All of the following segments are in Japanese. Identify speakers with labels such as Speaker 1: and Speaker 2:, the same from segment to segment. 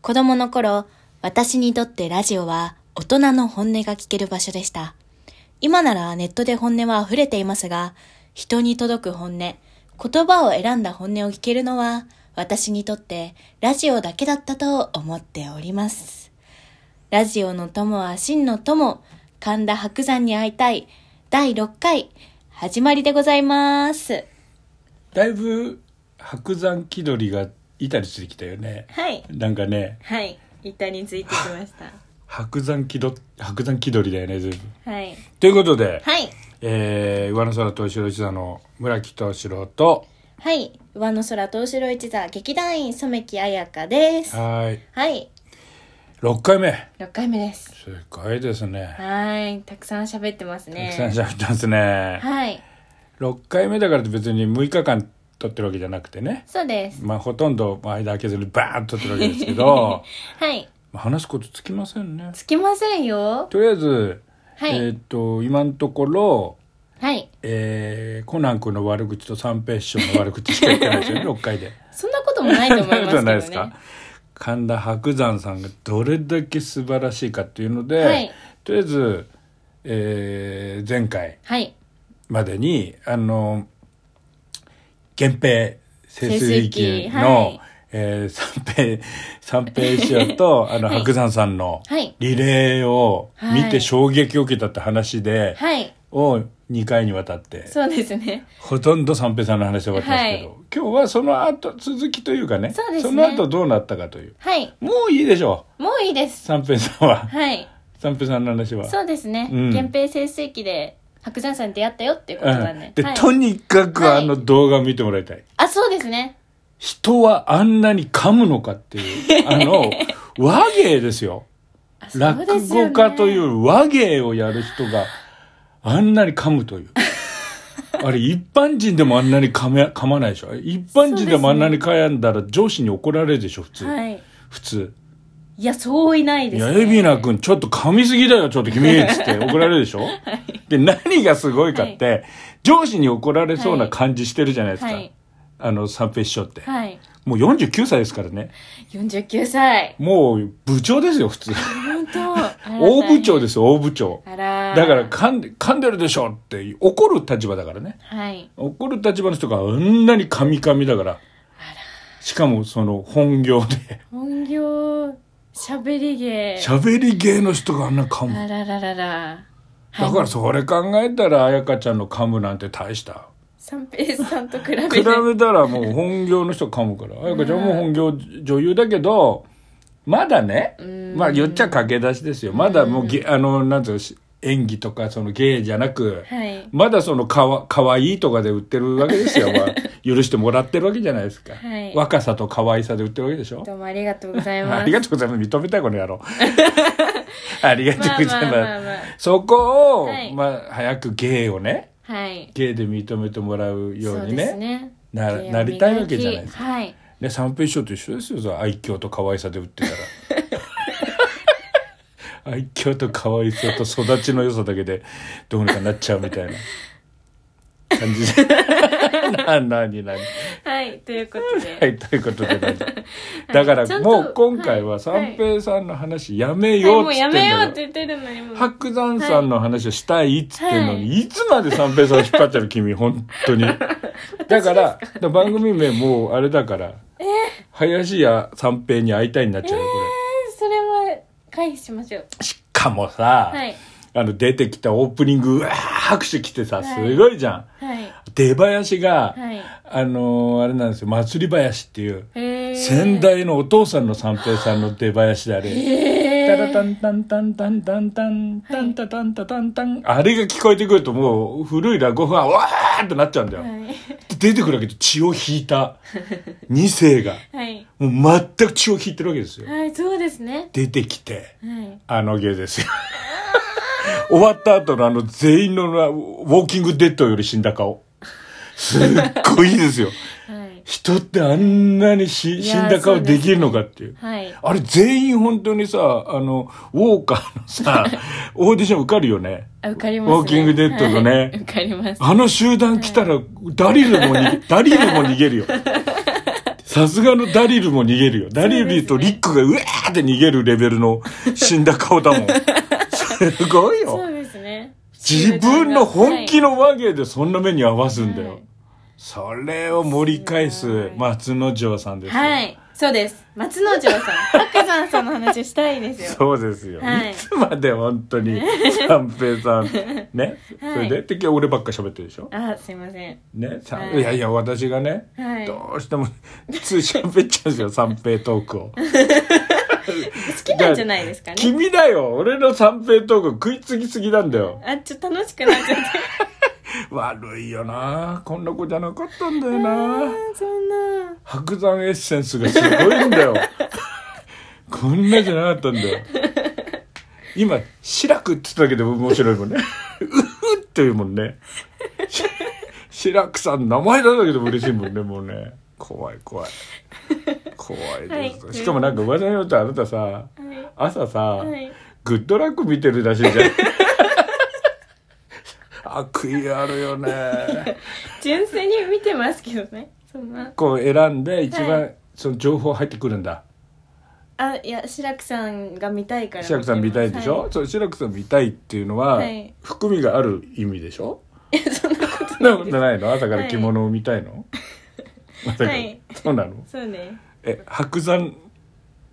Speaker 1: 子供の頃、私にとってラジオは大人の本音が聞ける場所でした。今ならネットで本音は溢れていますが、人に届く本音、言葉を選んだ本音を聞けるのは、私にとってラジオだけだったと思っております。ラジオの友は真の友、神田伯山に会いたい、第6回、始まりでございます。
Speaker 2: だいぶ白山気取りが板についてきたよね
Speaker 1: はい。
Speaker 2: なんかね
Speaker 1: はい。板についてきました。
Speaker 2: 白山気取白山気取りだよね全部
Speaker 1: はい。
Speaker 2: ということで、
Speaker 1: はい。
Speaker 2: えー、上野空と後ろ一座の村木敏郎と
Speaker 1: はい。上の空と後ろ一座劇団員染木彩香です。は
Speaker 2: はい
Speaker 1: い。
Speaker 2: 6回目
Speaker 1: 6回目です。
Speaker 2: すごいですね
Speaker 1: はい。たくさん喋ってます
Speaker 2: た
Speaker 1: ね
Speaker 2: く。さん喋ってますね
Speaker 1: はい。
Speaker 2: 6回目だからって別に6日間撮ってるわけじゃなくてね
Speaker 1: そうです。
Speaker 2: まあほとんど間空けずにバーンと撮ってるわけです けど
Speaker 1: はい。
Speaker 2: まあ話すことつきませんね
Speaker 1: つきませんよ。
Speaker 2: とりあえず、
Speaker 1: はい
Speaker 2: えーっと今のところ
Speaker 1: はい。
Speaker 2: えー、コナン君の悪口と三平師匠の悪口しか言ってな いですよね6回で。
Speaker 1: そんなこともないと思いますけど
Speaker 2: そ
Speaker 1: ね。
Speaker 2: んなことないですか神田伯山さんがどれだけ素晴らしいかっていうので、
Speaker 1: はい
Speaker 2: とりあえず、えー前回
Speaker 1: はい。
Speaker 2: までにあの源平清水
Speaker 1: 清水
Speaker 2: 域
Speaker 1: 域
Speaker 2: の、
Speaker 1: はい
Speaker 2: えー三平三平師匠 とあの、
Speaker 1: はい
Speaker 2: 伯山さんの
Speaker 1: はい。
Speaker 2: リレーを見て衝撃を受けたって話で、
Speaker 1: はい。
Speaker 2: を2回にわたって
Speaker 1: そうですね。
Speaker 2: ほとんど三平さんの話で終わってますけど、
Speaker 1: は
Speaker 2: 今日はその後続きというかね
Speaker 1: そうですね
Speaker 2: の後どうなったかという
Speaker 1: はい。
Speaker 2: もういいでしょ
Speaker 1: もういいで
Speaker 2: う
Speaker 1: す。
Speaker 2: 三平さんは
Speaker 1: はい。
Speaker 2: 三平さんの話は
Speaker 1: そうですね。
Speaker 2: うん
Speaker 1: 源平清水期で白山さんに出会ったよっていうことなん
Speaker 2: ん
Speaker 1: で。
Speaker 2: で、
Speaker 1: はい。
Speaker 2: とにかく
Speaker 1: はい
Speaker 2: あの動画を見てもらいたい、
Speaker 1: あ、そうですね。
Speaker 2: 人はあんなに噛むのかっ ていうあの和芸ですよ
Speaker 1: あそう
Speaker 2: 落
Speaker 1: ですよ
Speaker 2: 語
Speaker 1: ね
Speaker 2: 家という和芸をやる人があんなに噛むと いうあれ一般人でもあんなに噛め噛まないでしょ一般人でもあんなに噛んだら上司に怒られるでしょ普通、
Speaker 1: はい。
Speaker 2: 普通
Speaker 1: いや、そういない
Speaker 2: 「い
Speaker 1: です、
Speaker 2: や
Speaker 1: ね。
Speaker 2: 海老名君ちょっと噛みすぎだよちょっと君」っつって怒られるでしょ、で何がすごいかって、上司に怒られそうな感じしてるじゃないですか、
Speaker 1: はい。
Speaker 2: あの三平師匠って、
Speaker 1: はい。
Speaker 2: もう49歳ですからね
Speaker 1: 49歳。
Speaker 2: もう部長ですよ普通
Speaker 1: 本当。あら
Speaker 2: 大部長ですよ大部長
Speaker 1: あら。
Speaker 2: だから噛んで噛んでるでしょって怒る立場だからね
Speaker 1: はい。
Speaker 2: 怒る立場の人があんなに噛み噛みだからしかもその本業で
Speaker 1: 本業、喋り芸。
Speaker 2: 喋り芸の人があんな噛む
Speaker 1: あらららら。はい
Speaker 2: だからそれ考えたら彩香ちゃんの噛むなんて大した
Speaker 1: 三平さんと比べて。
Speaker 2: 比べたらもう本業の人噛むから彩香ちゃんも本業女優だけどまだね
Speaker 1: うん
Speaker 2: まあ言っちゃ駆け出しですよまだもうげあのなんつうのし演技とかその芸じゃなく
Speaker 1: はい。
Speaker 2: まだそのかわかわいいとかで売ってるわけで すよ、まあ、許してもらってるわけじゃないですか、
Speaker 1: はい
Speaker 2: 若さと可愛さで売ってるわけでしょ
Speaker 1: どうもありがとうございます。
Speaker 2: ありがとうございます認めたいこの 野郎ありがとうございます、
Speaker 1: まあまあまあまあ
Speaker 2: そこを、
Speaker 1: はい
Speaker 2: まあ、早く芸をね
Speaker 1: はい。
Speaker 2: 芸で認めてもらうように
Speaker 1: そうです
Speaker 2: ね
Speaker 1: ね。
Speaker 2: な
Speaker 1: 芸を磨き
Speaker 2: なりたいわけじゃないですか、
Speaker 1: はい。
Speaker 2: ね、三平師匠と一緒ですよその愛嬌と可愛さで 売ってたら愛嬌と可愛さと育ちの良さだけでどうにかなっちゃうみたいな感じで ななになに
Speaker 1: はい。ということで。
Speaker 2: はいということ でなんだだか
Speaker 1: ちゃ
Speaker 2: ら
Speaker 1: んと
Speaker 2: もう今回は三平さんの話やめよう
Speaker 1: もう
Speaker 2: っつって
Speaker 1: や
Speaker 2: ん
Speaker 1: めよう
Speaker 2: だ
Speaker 1: って
Speaker 2: よ
Speaker 1: 言ってるのにもう。
Speaker 2: 白山さんの話をしたいっつってんのに、、
Speaker 1: はい
Speaker 2: つまで三平さんを引っ張ってる 君本当にだからだ番組名もうあれだから、林家三平に会いたいになっちゃうよこれ、
Speaker 1: それは回避しましょう。
Speaker 2: しかもさ、
Speaker 1: はい。
Speaker 2: あの出てきたオープニングうわー拍手来てさ
Speaker 1: はい
Speaker 2: すごいじゃん、
Speaker 1: はい。
Speaker 2: 出囃子が、
Speaker 1: はい。
Speaker 2: あのーあれなんですよ祭り囃子っていう、
Speaker 1: へー
Speaker 2: 先代のお父さんの三平さんの出囃子であれ、
Speaker 1: へー
Speaker 2: タラタンタンタンタンタンタンタンタタンタタンタン、あれが聞こえてくるともう古い落語ファンわーってなっちゃうんだよ、
Speaker 1: はい。
Speaker 2: 出てくるわけで血を引い た2世が
Speaker 1: はい。
Speaker 2: もう全く血を引いてるわけですよ
Speaker 1: はい、そうですね。
Speaker 2: 出てきて
Speaker 1: はい。
Speaker 2: あの芸ですよ終わった後のあの全員のなウォーキングデッドより死んだ顔すっごいですよ
Speaker 1: はい。
Speaker 2: 人ってあんなにし
Speaker 1: い
Speaker 2: 死
Speaker 1: やー
Speaker 2: んだ顔できるのかっていう
Speaker 1: はい。
Speaker 2: あれ全員本当にさ、あの、ウォーカーの さ、オーディション受かるよね。
Speaker 1: あ、受かります、ね。
Speaker 2: ウォーキングデッドの
Speaker 1: はい
Speaker 2: ね
Speaker 1: 受かります。
Speaker 2: あの集団来たら、ダリルも逃げ、ダリルも逃げるよ。さすがのダリルも逃げるよ。ダリルとリックがうわーって逃げるレベルの死んだ顔だもん。すごい
Speaker 1: そう
Speaker 2: よ。
Speaker 1: ですね
Speaker 2: 自分の本気
Speaker 1: の
Speaker 2: の和芸でそんな目に合わすんだよ。
Speaker 1: はい
Speaker 2: それを盛り返
Speaker 1: す
Speaker 2: す
Speaker 1: ごい
Speaker 2: 松之丞さんですよ。
Speaker 1: はいそうです松之 丞さん白山さんの話したいですよ
Speaker 2: そうですよ。
Speaker 1: はい
Speaker 2: い、つまで本 当に三平さん。ね。
Speaker 1: はい
Speaker 2: それで、てっきり俺ばっか喋ってるでしょ。
Speaker 1: あすいません
Speaker 2: ね。さ
Speaker 1: はい
Speaker 2: い、やいや、私がね、
Speaker 1: はい好
Speaker 2: どうしてもつい喋っちゃうんですよ、三平トーク を。
Speaker 1: きなんじゃないですかね
Speaker 2: 君だよ俺の三平トーク食いつきすぎなんだよ。
Speaker 1: あちょっと楽しくなっちゃって
Speaker 2: 悪いよなこんな子じゃなかったんだよ
Speaker 1: あ
Speaker 2: な
Speaker 1: ーそんな
Speaker 2: 白山エッセンスがすごい んだよ。こんなじゃなかったんだよ。今、シラクって言っただけで面白いもんね。うふっていうもんね。しシラクさん名前だだけでも嬉しいもんね、もうね。怖い怖い。怖いです。
Speaker 1: はい
Speaker 2: しかもなんか噂によるとあなたさ、
Speaker 1: は
Speaker 2: 朝さ、
Speaker 1: いはい
Speaker 2: グッドラック見てる らしいじゃん。悪意あるよね。
Speaker 1: 純粋に見てますけどねそんな
Speaker 2: こう選んで一
Speaker 1: は
Speaker 2: 番その情報入ってくるんだ。
Speaker 1: あいや志らくさんが見たいから
Speaker 2: 志らくさん見たいでしょ、そう志らくさん見たいっていうのは、
Speaker 1: はい
Speaker 2: 含みがある意味でしょ
Speaker 1: 見てますはい そんなこと
Speaker 2: そんなことないの朝から着物を見たいの、まさか
Speaker 1: はい
Speaker 2: そうなの
Speaker 1: そうね
Speaker 2: え白山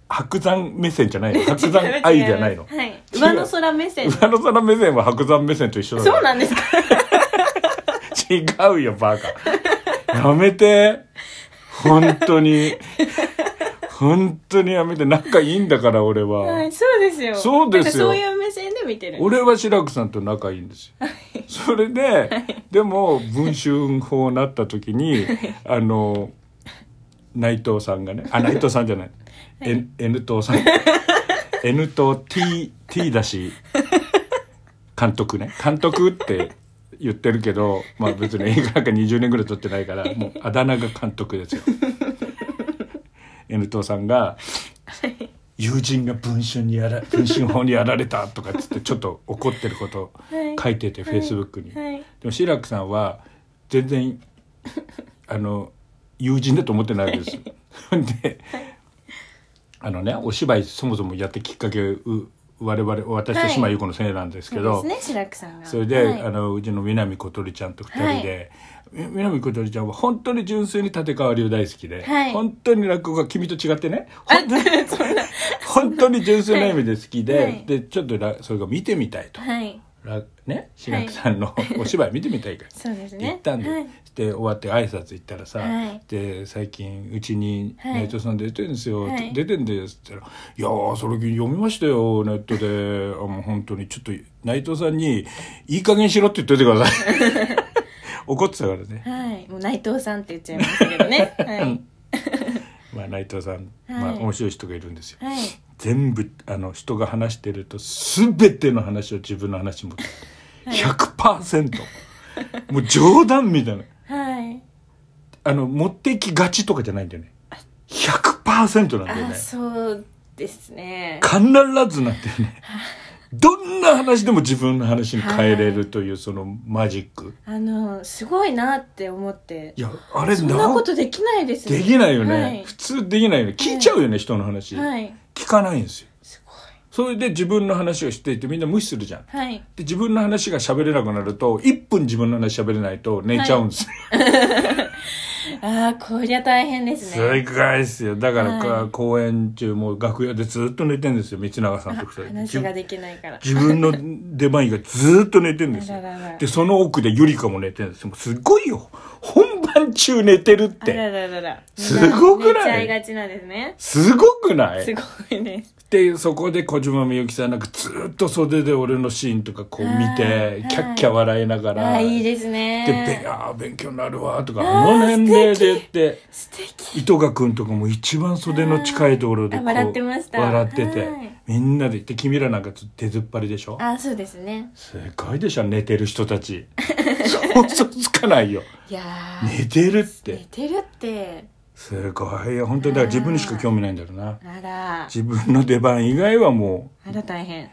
Speaker 2: 白山目線じゃない の白山愛じゃないの
Speaker 1: はい上の空目線
Speaker 2: 上野さんの目線は白山目線と一緒だ
Speaker 1: そうなんですか
Speaker 2: 違うよ、バカ。やめて。本当に。本当にやめて。仲いいんだから、俺は。
Speaker 1: はいそうですよ
Speaker 2: そうですよ
Speaker 1: なんかそういう目線で見てる
Speaker 2: 俺は志らくさんと仲いいんですよ。それで、でも、文春法になった時に、あの、内藤さんがね、あ、内藤さんじゃない。N, N 藤 さん。N と T、T だし、監督ね。監督って言ってるけど、まあ別に映画なんか20年ぐらい撮ってないから、もうあだ名が監督ですよ。N 藤さんが、友人が文春にやら文春法にやられたとかっつってちょっと怒ってること
Speaker 1: はい
Speaker 2: 書いてて、
Speaker 1: は
Speaker 2: Facebook
Speaker 1: い
Speaker 2: に、
Speaker 1: はい
Speaker 2: でも志らくさんは全然あの友人だと思ってないわけですよ。であのねお芝居そもそもやってきっかけう我々私と島優子のせいなんですけど、
Speaker 1: そうですね志らくさんが
Speaker 2: それで、
Speaker 1: はい
Speaker 2: あのうちの南小鳥ちゃんと2人で、み南小鳥ちゃんは本当に純粋に立川流大好きで、
Speaker 1: はい
Speaker 2: 本当に落語が君と違ってね
Speaker 1: あ
Speaker 2: 本 当に本当に純粋な意味で好きで、
Speaker 1: はい
Speaker 2: でちょっとらそれが見てみたいと、
Speaker 1: はい
Speaker 2: らね志らくさんのお芝居見てみたいから。
Speaker 1: そうですね
Speaker 2: 行ったんで、
Speaker 1: はい
Speaker 2: で終わって挨拶行ったらさ「
Speaker 1: はい
Speaker 2: で最近うちに
Speaker 1: はい
Speaker 2: 内藤さん出てんですよ」
Speaker 1: はい
Speaker 2: 出てんです」って言ったら「いやーそれ読みましたよネットであもう本当にちょっと内藤さんにいい加減しろって言っててください」 怒ってたからね、
Speaker 1: はいもう内藤さんって言っちゃいましたけど ねはい
Speaker 2: まあ、内藤さん、
Speaker 1: はい
Speaker 2: まあ、面白い人がいるんですよ。
Speaker 1: はい
Speaker 2: 全部あの人が話してると全ての話を自分の話も100%、もう冗談みたいな。
Speaker 1: はい
Speaker 2: あの、持ってきがちとかじゃないんだよね。100%なんだよ
Speaker 1: あ
Speaker 2: ね。
Speaker 1: そうですね
Speaker 2: 必ずなんだよ ね。どんな話でも自分の話に変えれるというそのマジック。
Speaker 1: あのすごいなって思って
Speaker 2: いや、あれ
Speaker 1: そんなことできないです
Speaker 2: できないよね、
Speaker 1: はい
Speaker 2: 普通できないよね。聞いちゃうよね、人の話、
Speaker 1: はい
Speaker 2: 聞かないんですよ。
Speaker 1: すごい
Speaker 2: それで自分の話をしていてみんな無視するじゃん。
Speaker 1: はい
Speaker 2: で、自分の話が喋れなくなると、1分自分の話喋れないと寝ちゃうんですよ。
Speaker 1: ああこりゃ大変です
Speaker 2: す
Speaker 1: ね
Speaker 2: ごいですよ。だからか、
Speaker 1: はい
Speaker 2: 公演中もう楽屋でずっと寝てんですよ、道永さんと二人で
Speaker 1: 話ができないから
Speaker 2: 自分の出番以外ずーっと寝てるんですよ
Speaker 1: あららら。
Speaker 2: で、その奥でゆりかも寝てるんですよ。もうすごいよ。本番中寝てるっ
Speaker 1: あら
Speaker 2: て。
Speaker 1: ららら
Speaker 2: すごくない
Speaker 1: 寝ちゃいがちなんですね
Speaker 2: すごくない
Speaker 1: すごいです
Speaker 2: で、そこで小島みゆきさんなんかずーっと袖で俺のシーンとかこう見
Speaker 1: はい
Speaker 2: て、キャッキャ笑いなが
Speaker 1: あ
Speaker 2: ら。
Speaker 1: あいいです
Speaker 2: で、べ
Speaker 1: ね
Speaker 2: あー勉強になるわとか、
Speaker 1: あー
Speaker 2: あの年齢でっ
Speaker 1: 素
Speaker 2: て。
Speaker 1: 素敵
Speaker 2: 糸賀君とかも一番袖の近いところで
Speaker 1: あ
Speaker 2: こう
Speaker 1: 笑ってました
Speaker 2: 笑ってて
Speaker 1: はい
Speaker 2: みんなでで君らなんかちょっと出ずっぱりでしょ
Speaker 1: ああそうですね
Speaker 2: すごいでしょ寝てる人たち 想像つかないよ
Speaker 1: いやー
Speaker 2: 寝てるっ
Speaker 1: 寝
Speaker 2: て
Speaker 1: てるって
Speaker 2: すごいよ本当にだから自分にしか興味ないんだろうな
Speaker 1: あら
Speaker 2: 自分の出番以外はも
Speaker 1: あら大変
Speaker 2: う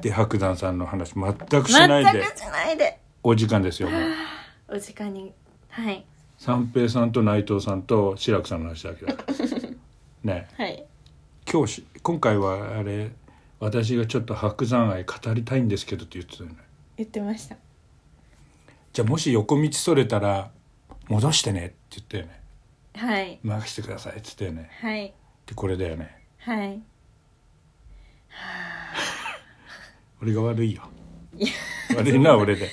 Speaker 2: で白山さんの話全くし
Speaker 1: 全
Speaker 2: ない
Speaker 1: く
Speaker 2: で
Speaker 1: しないで
Speaker 2: お時間ですよもう
Speaker 1: お時間にはい
Speaker 2: 三平さんと内藤さんと志らくさんの話だけだからね
Speaker 1: はい
Speaker 2: 今日し今回はあれ私がちょっと白山愛語りたいんですけどって言ってたよね
Speaker 1: 言ってました
Speaker 2: じゃあもし横道それたら戻してねって言ったよね
Speaker 1: はい
Speaker 2: 任してくださいって言ったよね
Speaker 1: はい
Speaker 2: でこれだよね
Speaker 1: はい
Speaker 2: 俺が悪いよ悪いな俺で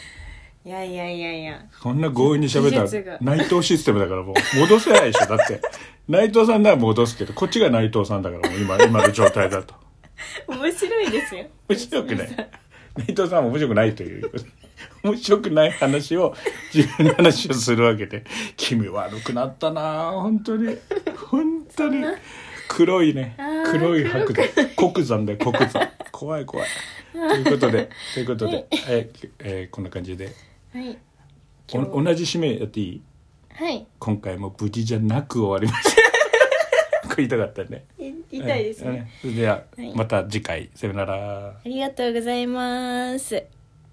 Speaker 1: いやいやいやいや
Speaker 2: こんな強引に喋
Speaker 1: 技術
Speaker 2: った
Speaker 1: が
Speaker 2: ら内藤システムだからもう戻せないでしょだって内藤さんなら戻すけどこっちが内藤さんだからもう 今今の状態だと
Speaker 1: 面白いですよ
Speaker 2: 面白くない内藤さんも面白くないという面白くない話を自分の話をするわけで君悪くなったなあ本当に本当に黒いね
Speaker 1: あー
Speaker 2: 黒い白で黒山だよ黒山怖い怖いということでという ことで、えーえーこんな感じで
Speaker 1: はい
Speaker 2: お同じ締めやっていい
Speaker 1: はい
Speaker 2: 今回も無事じゃなく終わりました これ言いたかったね
Speaker 1: い痛いですね
Speaker 2: うんうんでは、
Speaker 1: はい
Speaker 2: また次回さよなら
Speaker 1: ありがとうございます